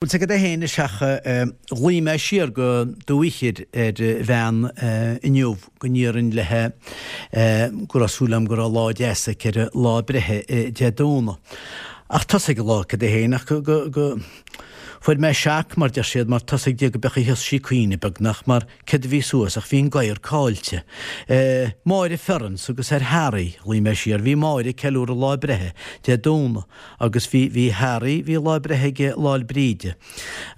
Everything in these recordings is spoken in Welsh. Bwyl tegad a hen y siach lwyma sir go dywychyd fan iniwf gynir yn lehe gwrra sŵlam gwrra lod esa cyr lod brehe diadwno. Ach tosig lo gyda hen ach go Fwyr mae siac mae'r dersiad mae'r tosig diag bach i hysgu cwyn i bygnach mae'r cydfi sŵas ach fi'n gair cael ti. Moer i ffyrn agos er Harry lwy mae siar fi moer i celw'r loi brehe te dŵn agos fi, fi Harry fi loi brehe ge loi bryd.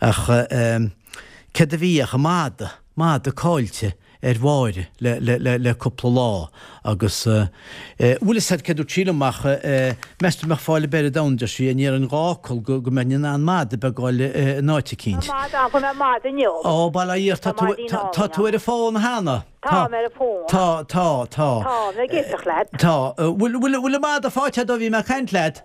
Ach cydda fi ach maad maad y cael ti er fawr le, le, le, le cwpl lá agos uh, uh, wylis ar cadw tîl ymach uh, mestr mech ffael y ber y dawn dys i yn i'r yn gocol gwmenyn an mad y bygol uh, noet i cynt. Mad a hwnna mad yn iawn. O, bala i'r Mae di nôl tatw er y ffôn hana. Ta, mae'r ffôn. Ta, ta, ta. Ta, mae'n gysach lad. Ta, uh, wyl wyl y mad y ffordd do fi mae caint led?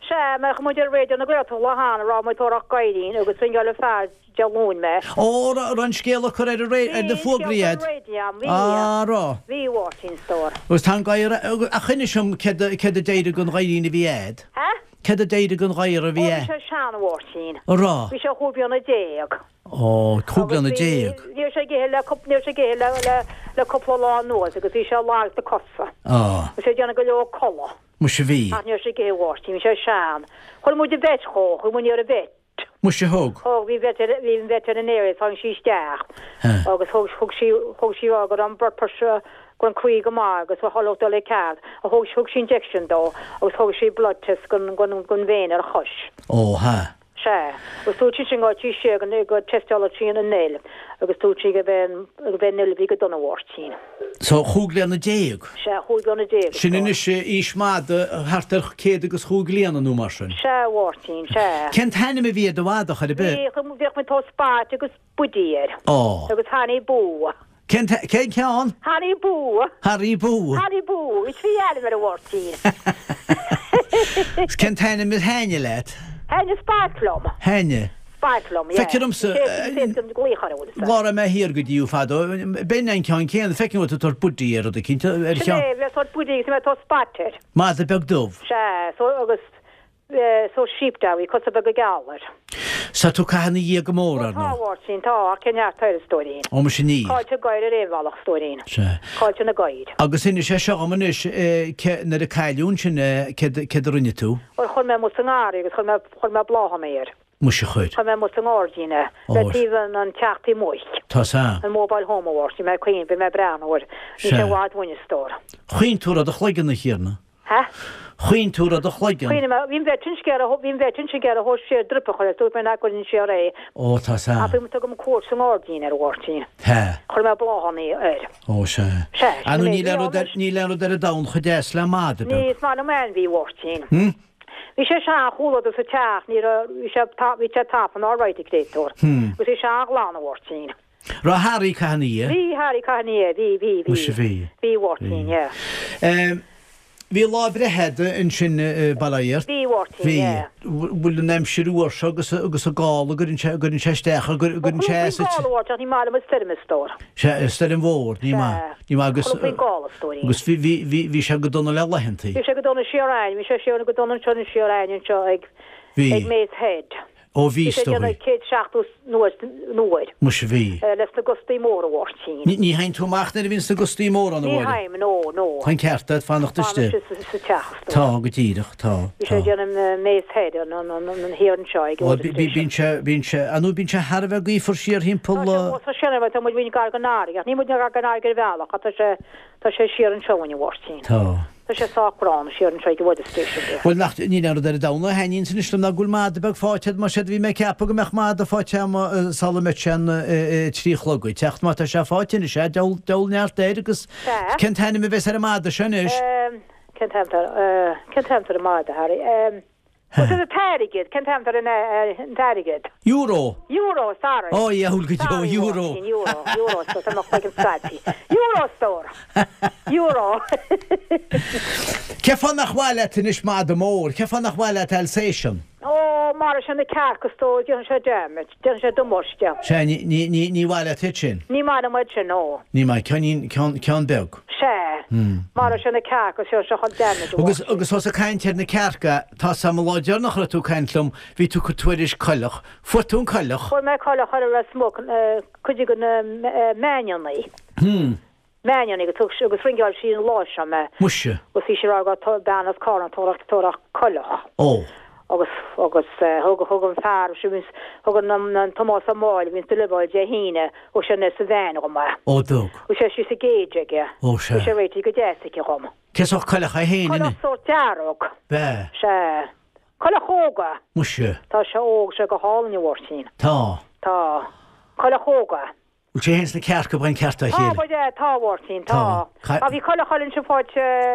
Se, mae'n mwyn i'r radio yn y gwrdd o'r lahan, rhaid mae'n torach gaidin, ag ysyn gael y ffaz jalwn me. O, rhan sgel o'ch ar y ffwgriad. A, ro. Fi wartin stor. Oes tan gair, a chyn eisiau ced y deud y gwn gair i fi ed? Ha? Ced y deud y gwn gair i fi Fi ed? eisiau sian wartin. O, ro. Fi eisiau hwbio yn y deg. O, cwbl yn y deg. Ni eisiau gael y cwp, ni eisiau gael y cwpl o lan nhw, ac fi eisiau lag dy coffa. O, Fi eisiau gael y gael o colo, mwysio fi. ac ni eisiau gael wars, ni eisiau sian. Hwn mwyd y bet cho, hwn mwyd i'r bet. Mwysio hwg. Hwg fi veter- fi'n veterinary, tho'n si stiach. Ha. Ogos hwg si hwg si ogod am bert persio gwan cwig am agos o holwg dole cad. A hwg si hwg si injection do, ogos hwg si blood test gwan gwan gwan vein ar chos. O, ha. Se, agus tú tí sin átí sé an go testology in a nail, agus tú tí go ben go ben nail vi go donna wartín. So, chwbl yn y deg. Se húd gonna dig. Sy'n yn eisiau eich mad, hartach ced agos chwbl yn o'n ymarsyn. Se wartín, se. Cent hannu mi fi ed y wad o'ch ar y be? Bích mu bích me tó spát agus budíir. O, Agus hanni bú. Ken Ken Caon, Hanni bú. Harry Boo. Hanni bú, it fi eile mar a wartín. Ken Tana mit Hanya let. Hen spátlom. Hanya. Spátlom, ja. Fekir om se- Fekir om glíchar út. Laura me here good you fado. Ben en kan ken fick något att ta bort er och det kan inte är kan. Se, vi har sort budíir sem er tó spátir. Ma the big dove. Se, so agus so sheepdog, ikot a bag galar. Så tog han i gemorar Ta nu. warsin, ta cenear tair stóín. Om sin ni. Cáilte gaiir ar éhheach stóín. Så Cáilte na gaiid. Agus sin sé se am is eh, ke na de kailún sin eh, ke runne tú. Or chun me muss an áir agus chun me- chun me bláha méir. Mu se chut. Chun me muss an áirdíine le Oes. tíhan an teachtaí muist. Tá sa. An mobile home awards i me cuoin be me breanúir ní Se. sé bhád bhaine stór. Chuin tú a chlegan na hirna. He? Chuin tú a chlegan. Cuoine bhín bheith tún cear bhín bheith tún cear a hós sé drupa chuir tú me nacurinn sé ré Ó tá a sa. bhí tu gom cuat san áirdíine ar bhhairtíín. Ha. Chir me bláha í ar. Ó se. Se. Anu Mé, ni ní lero ormos- der ni lero der down chudes la e, ma de. Ní má na men bhí bhhairtíín. Hmm? Vi sé se chola a sa teach ní vi sé tapan áráit i grétor. Hmm. Gus sé se lána wartín. Ra Harry Cahania. Bhí Har cainí hí hí Mu sé bhí. Bhí wartín Fi lafr ehed eh, yn sy'n balair. Bhí wartín. Fi. Wyl yn emsir yw orsio agos o eh, gol o gyrn sias dech o gyrn sias Gáhhaach ní mála mas firmistó. Ystod yn fôr, ni ma. Ni ma eh, agos... Bhí gátóí. Agos fi siag gydon o lela hen ti. Vi sé go donna siráin, vi sé séna go donna sena siráin seo ag Fi. ag méid head. O fi Vi sé donna stori. céad seaachú nuair Mw si fi. leis na gostaí mór a wartín. Ni hain tŵ mach nid fi'n sygosti môr o'n Ní oed. haim nó nó. Hain certad fan o'ch Tá dysdi. sa teach. Ta, gydidach, ta. Vi eh, ta. sé genom mes head an an an an here and shy. O, bi'n se, bi'n se, anu bi'n se harfa gwyfwr siar hi'n pwyl o... Så känner jag att jag vill gå ganari. Jag vill gå ganari i väl och att det det är sheer and show in your team. Ta. Det är så kran sheer and show i vad station det. Wel nach ni nawr ar y dawn o hen i'n sy'n ysgrifennu gwl mad y bag ffordd mae sydd fi me cap o gymach mad y ffordd am sal y mechan tri chlogwy. Techt mae ta sia ffordd yn eisiau dawl dawl ni ar deir agos Ie. cynt hen i mi fes ar y mad y sy'n eis. Ehm kan hämta eh kan hämta det med det här. Ehm Agus a teigid cen tamtar in teigid. Euro. Euro sorry. Ó, ie, hwyl gyda, Sorry, euro. Joaquin, Euro, euro, so dyma chwaith yn strati. Euro store. Euro. Cef o'n achwalia ti'n eich maad y môr? Cef o'n achwalia ti'n sesiwn? O, Morris yn y car gwsto, diolch yn siarad damage, diolch yn siarad dymwrsio. Se, ni- ni ni- ni walia ti'n chin? Ni maen am wedyn o. Ni mai, cion bewg. Se. Morris yn y car gwsto, diolch yn siarad damage. Agus agus os y caint ar na cerca, ta sam y lodio yn ochr tu caint llwm, fi tu cwtwyrish colwch, ffwrtwn colwch. Wel, mae'n cael ochr yr smwg, cwyd i gwn eh, manion ni. Manion ni, gwrs ringoel sy'n loes am e. Mwysio. Gwrs i siarad o dan o'r corn, torach, torach, colwch. O. agus agus thug thug an fear si mis thug an am- an tomás amáil vín tuáil de híine ó se nes sa bhéin go mar. O ddwg. U sé si sa géide ge. Ó, sé. sé réiti go déise go gom. Ces o'ch colwch a hyn yna? Chosó dearog Be. se chola chóga Mwysio. tá se óg se go háinhhairtín Ta. Tá chola chóga. Wyt ti hens na cerca ba'n certa Tá hyn? ba de táhhairtín Tá. tá. Cha- A bhí chola cholinn se fáit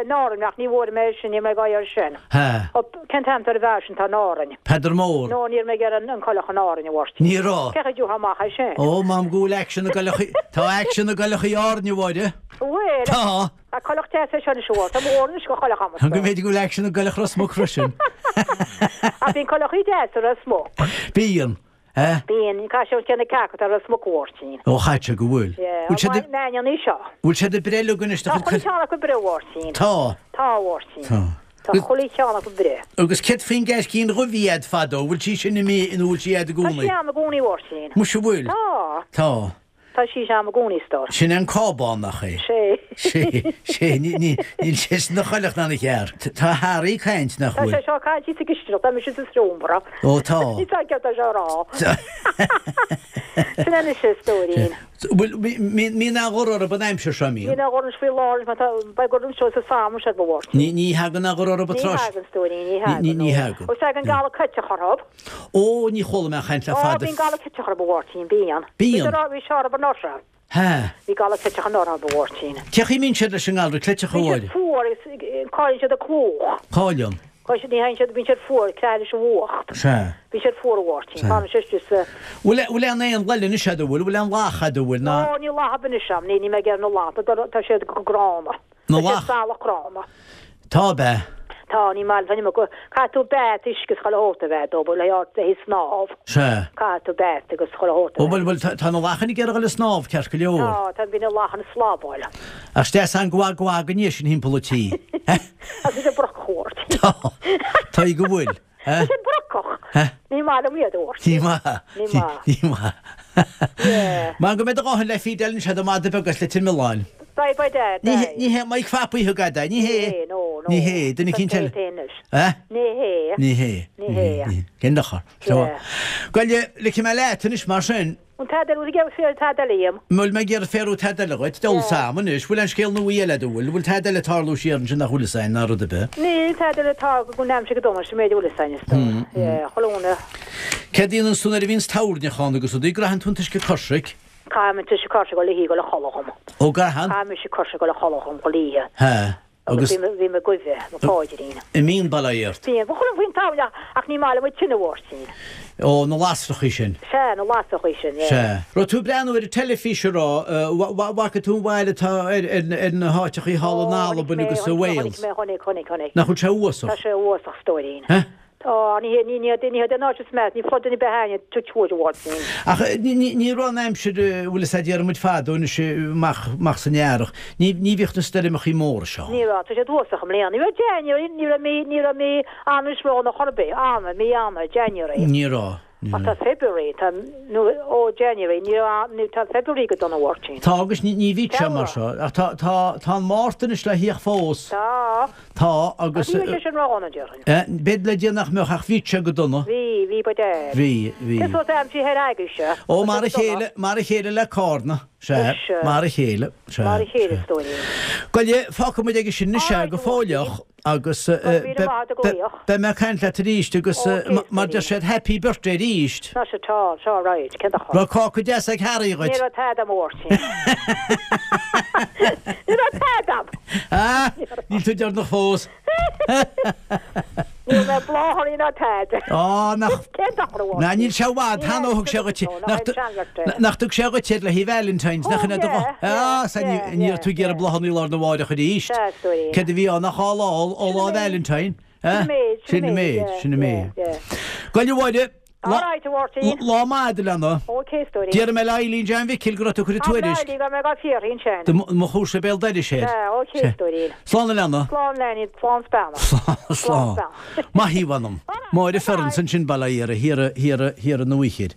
náach ní bhór mé sin i me gaiir sin. Ha. Ken tamtar a bhesin tá nárin. Pedr môr. Nó nír me gar an an cholachan nárin bhhairtín. Ni ro. Cecha dú hamácha sé. O, mam gwyl action o galwch i... Ta action o galwch i o'r ni fod e? Bhfuil Ta. a choch te se sena seúir am órin go chola chama. Hwn gwybod gwyl action o galwch ros mwg ffrysyn. A bhín choí de a smó. Bian. E? Bíon cai se cena cacha ar a smóhirtín. O, chait o gwyl. Wyt Nean í seo. ti dy brelw gynnes Tá ddech cholí chi'n... teanna go brehhairtín e Ta. táhhairtín. Ta. Tá cholí teanna go bre. Agus cet fin gais cín rwyfiad ffado, wyl ti sy'n imi yn wyl ti ad y Tá gwni. sí am a gúnaí hhairtín. Mwysio wyl. Tá Ta. Tá sí am a gúnaí stór. Sy'n an cobon na chi. sé. Si, si, ni, ni, ni'n sys na chylech na'n eich ar. Ta Harry Caint na Tá chwyl. sé seo caiití sa gistra am si sa strúmbra. O, ta. Ní tá ce a se rá. Ta. Sinna sé stóirín. Wel, mi- mi- mi na goror y byddai'n sio siami. Ní águrn fi lá ba gurm seo sa sam se bhhair. Ni, ni hagan agor o'r bytros. Ní- ní- ní hagann. Os ag an gal cytte chorhob, O, ni chwl yma chaint a o ffad. fi'n gal cytte chorhob o wartin, bian. Bíonn? Fi siarad bod nosra, Ha. fi gal cytte chorhob o wartin. Tiach chi mi'n siarad sy'n galw, cletach o oed. Fwr, cael eisiau dy clwch. Cholion. Cael eisiau ni hain eisiau, fi'n siarad fwr, cael eisiau wwacht. Sa. Fi'n siarad fwr o wartin, cael eisiau eisiau, Wle, wle an ein lelyn is adwyl, wle an lach adwyl na. o ni lahab yn eisiau, ni ni mae ger nhw lahab, ta eisiau grama. Na Ta lá. eisiau sal o grama. Ta be. Ta ni mal, fan i'n mynd, cael tu bet eisiau gael hwt o fe, do, bwyl eisiau his naf. Sa. Cael tu bet eisiau gael hwt o O, fe. wel, wel, ta'n o lach yn i gerach alas nof, cerchyl i o'r. Ta fi'n lach yn slaboel. A stes an gwa gwa gan i sy'n hyn polo ti. As is a brochwort. Ta. Ta i gwyl. Is it brochoch? Ni mal am iad o'r. Ni ma. Ní maith. Ni ma. Mae'n gwybod o'ch yn le ffidel yn siarad yma dy bygall le ti'n milan. Bai bai da. Ni he, ni he, mae chwapu hw gada, ni he. No, no. Ni he, dyn ni chi'n tel. Eh? Ni he. Ni he. Ní hé, ja. Gen d'chor. Ja. Gwelio, lyci mae let yn ysmar sy'n, Un tadal wedi gael sy'n tadal iam. Mwyl mae gyr fferw tadal o gwaith, dawl sam yn ys, wyl yn sgil nhw i elad o wyl, wyl tadal y tarlw siar yn sy'n a hwyl sain ar o dy be. Ni tadal y tag gwn am sy'n gydomar sy'n meddwl sy'n Mm, ystod. Cholwna. Cedyn yn sŵn ar i fi'n stawr ni chan o gwsod, i grahan tŵn tysgu corsig, Caim yn tysio corsi gol i hi gol y cholwchom. o garhan, Caim yn tysio corsi gol y cholwchom gol i hi. ha, Agus agos fi me gwyfio, mae Mm. coed yr un. y mi'n bala i'r, Fi'n bwchol yn fwy'n tawla ac ni mal am y tyn y warsin. o na lasrach i sy'n. Sen o las o'ch eh. eisiau. Se. Ro tŵ brenw wedi telefisio ro, wac y tŵn wael y ta yn hotach i hal o nal o bynnag gwsod Wales. Honig, honig, honig. Na chwyl tra wosach. Tá sé bhach stoirín. Huh? Tá ní ní ní den ná smet, ní fod ní behaine tuúhhasin. Ach, ní rán aimsid bhfuil sé ar muid fad ón sé mach san éarach. Ní ní bhíocht na stair mo chi mór seo. Ní tu sé dúsach am léan. Nífu January ní mí ní mí anrá na chorbé anna mí anna January. Ní rá. A tá February tá nu ó January ní nu tá February go donna wartín. Tá agus ní ní bhí se Tá mar rá. seo. Ach, Tá tá tá mátain is le híoch fós. Tá Tá agus sé sin rána dearan. eh, bed le déanach meach ach bhí se go donna. Bhí hí ba de. Bhí, bhí. Is am sí her aige se. Ó mar a chéile mar a chéile le cárna se Is, eh, mar a chéile se. Mar chéile stoirín. Goile fácha muid agus sin na se Áid, go go bhfuil fáileach agus eh, Go bhfuil be- am áid a go be- bhfuil. be me caiint le ríist agus eh, Ó, ma- mar céis de sé happy birthday ríist. Tá se tá se ráid cen a cho. Wel, co, cwdias ag Harry, Ní gwyt? a tad am wartín. Ní a tad am. Ha? Ni'n tŵdio'r na ffos. Ní me bláí na teide. Á nach Cé Na níl se bhád Ní, hanóg se go tí no, no, I'm Shangarte. nach tú se go tíad le hí Valentines Oh, nach na yeah, yeah, yeah, níor tú gur yeah. blahanní lá na bháide chud íist. That's the way. Ke bhí á nach hááil ó lá Sinna méid. Valentine méid, sinna sinna mé méid, yeah, sinna mé. yeah, yeah. Goil bháide Alright, Martin. lá maidide lena. Oké story. Díar me lelín dean bhicil go tú chu tuairist. go me go fír hín sin. mo chuú sé béil deidir sé. Oké story. Slána lena. Slá lení plán spena. e Slá Má híhannam. Má idir ferran san sin bailíar a hir hir a nuíchiid.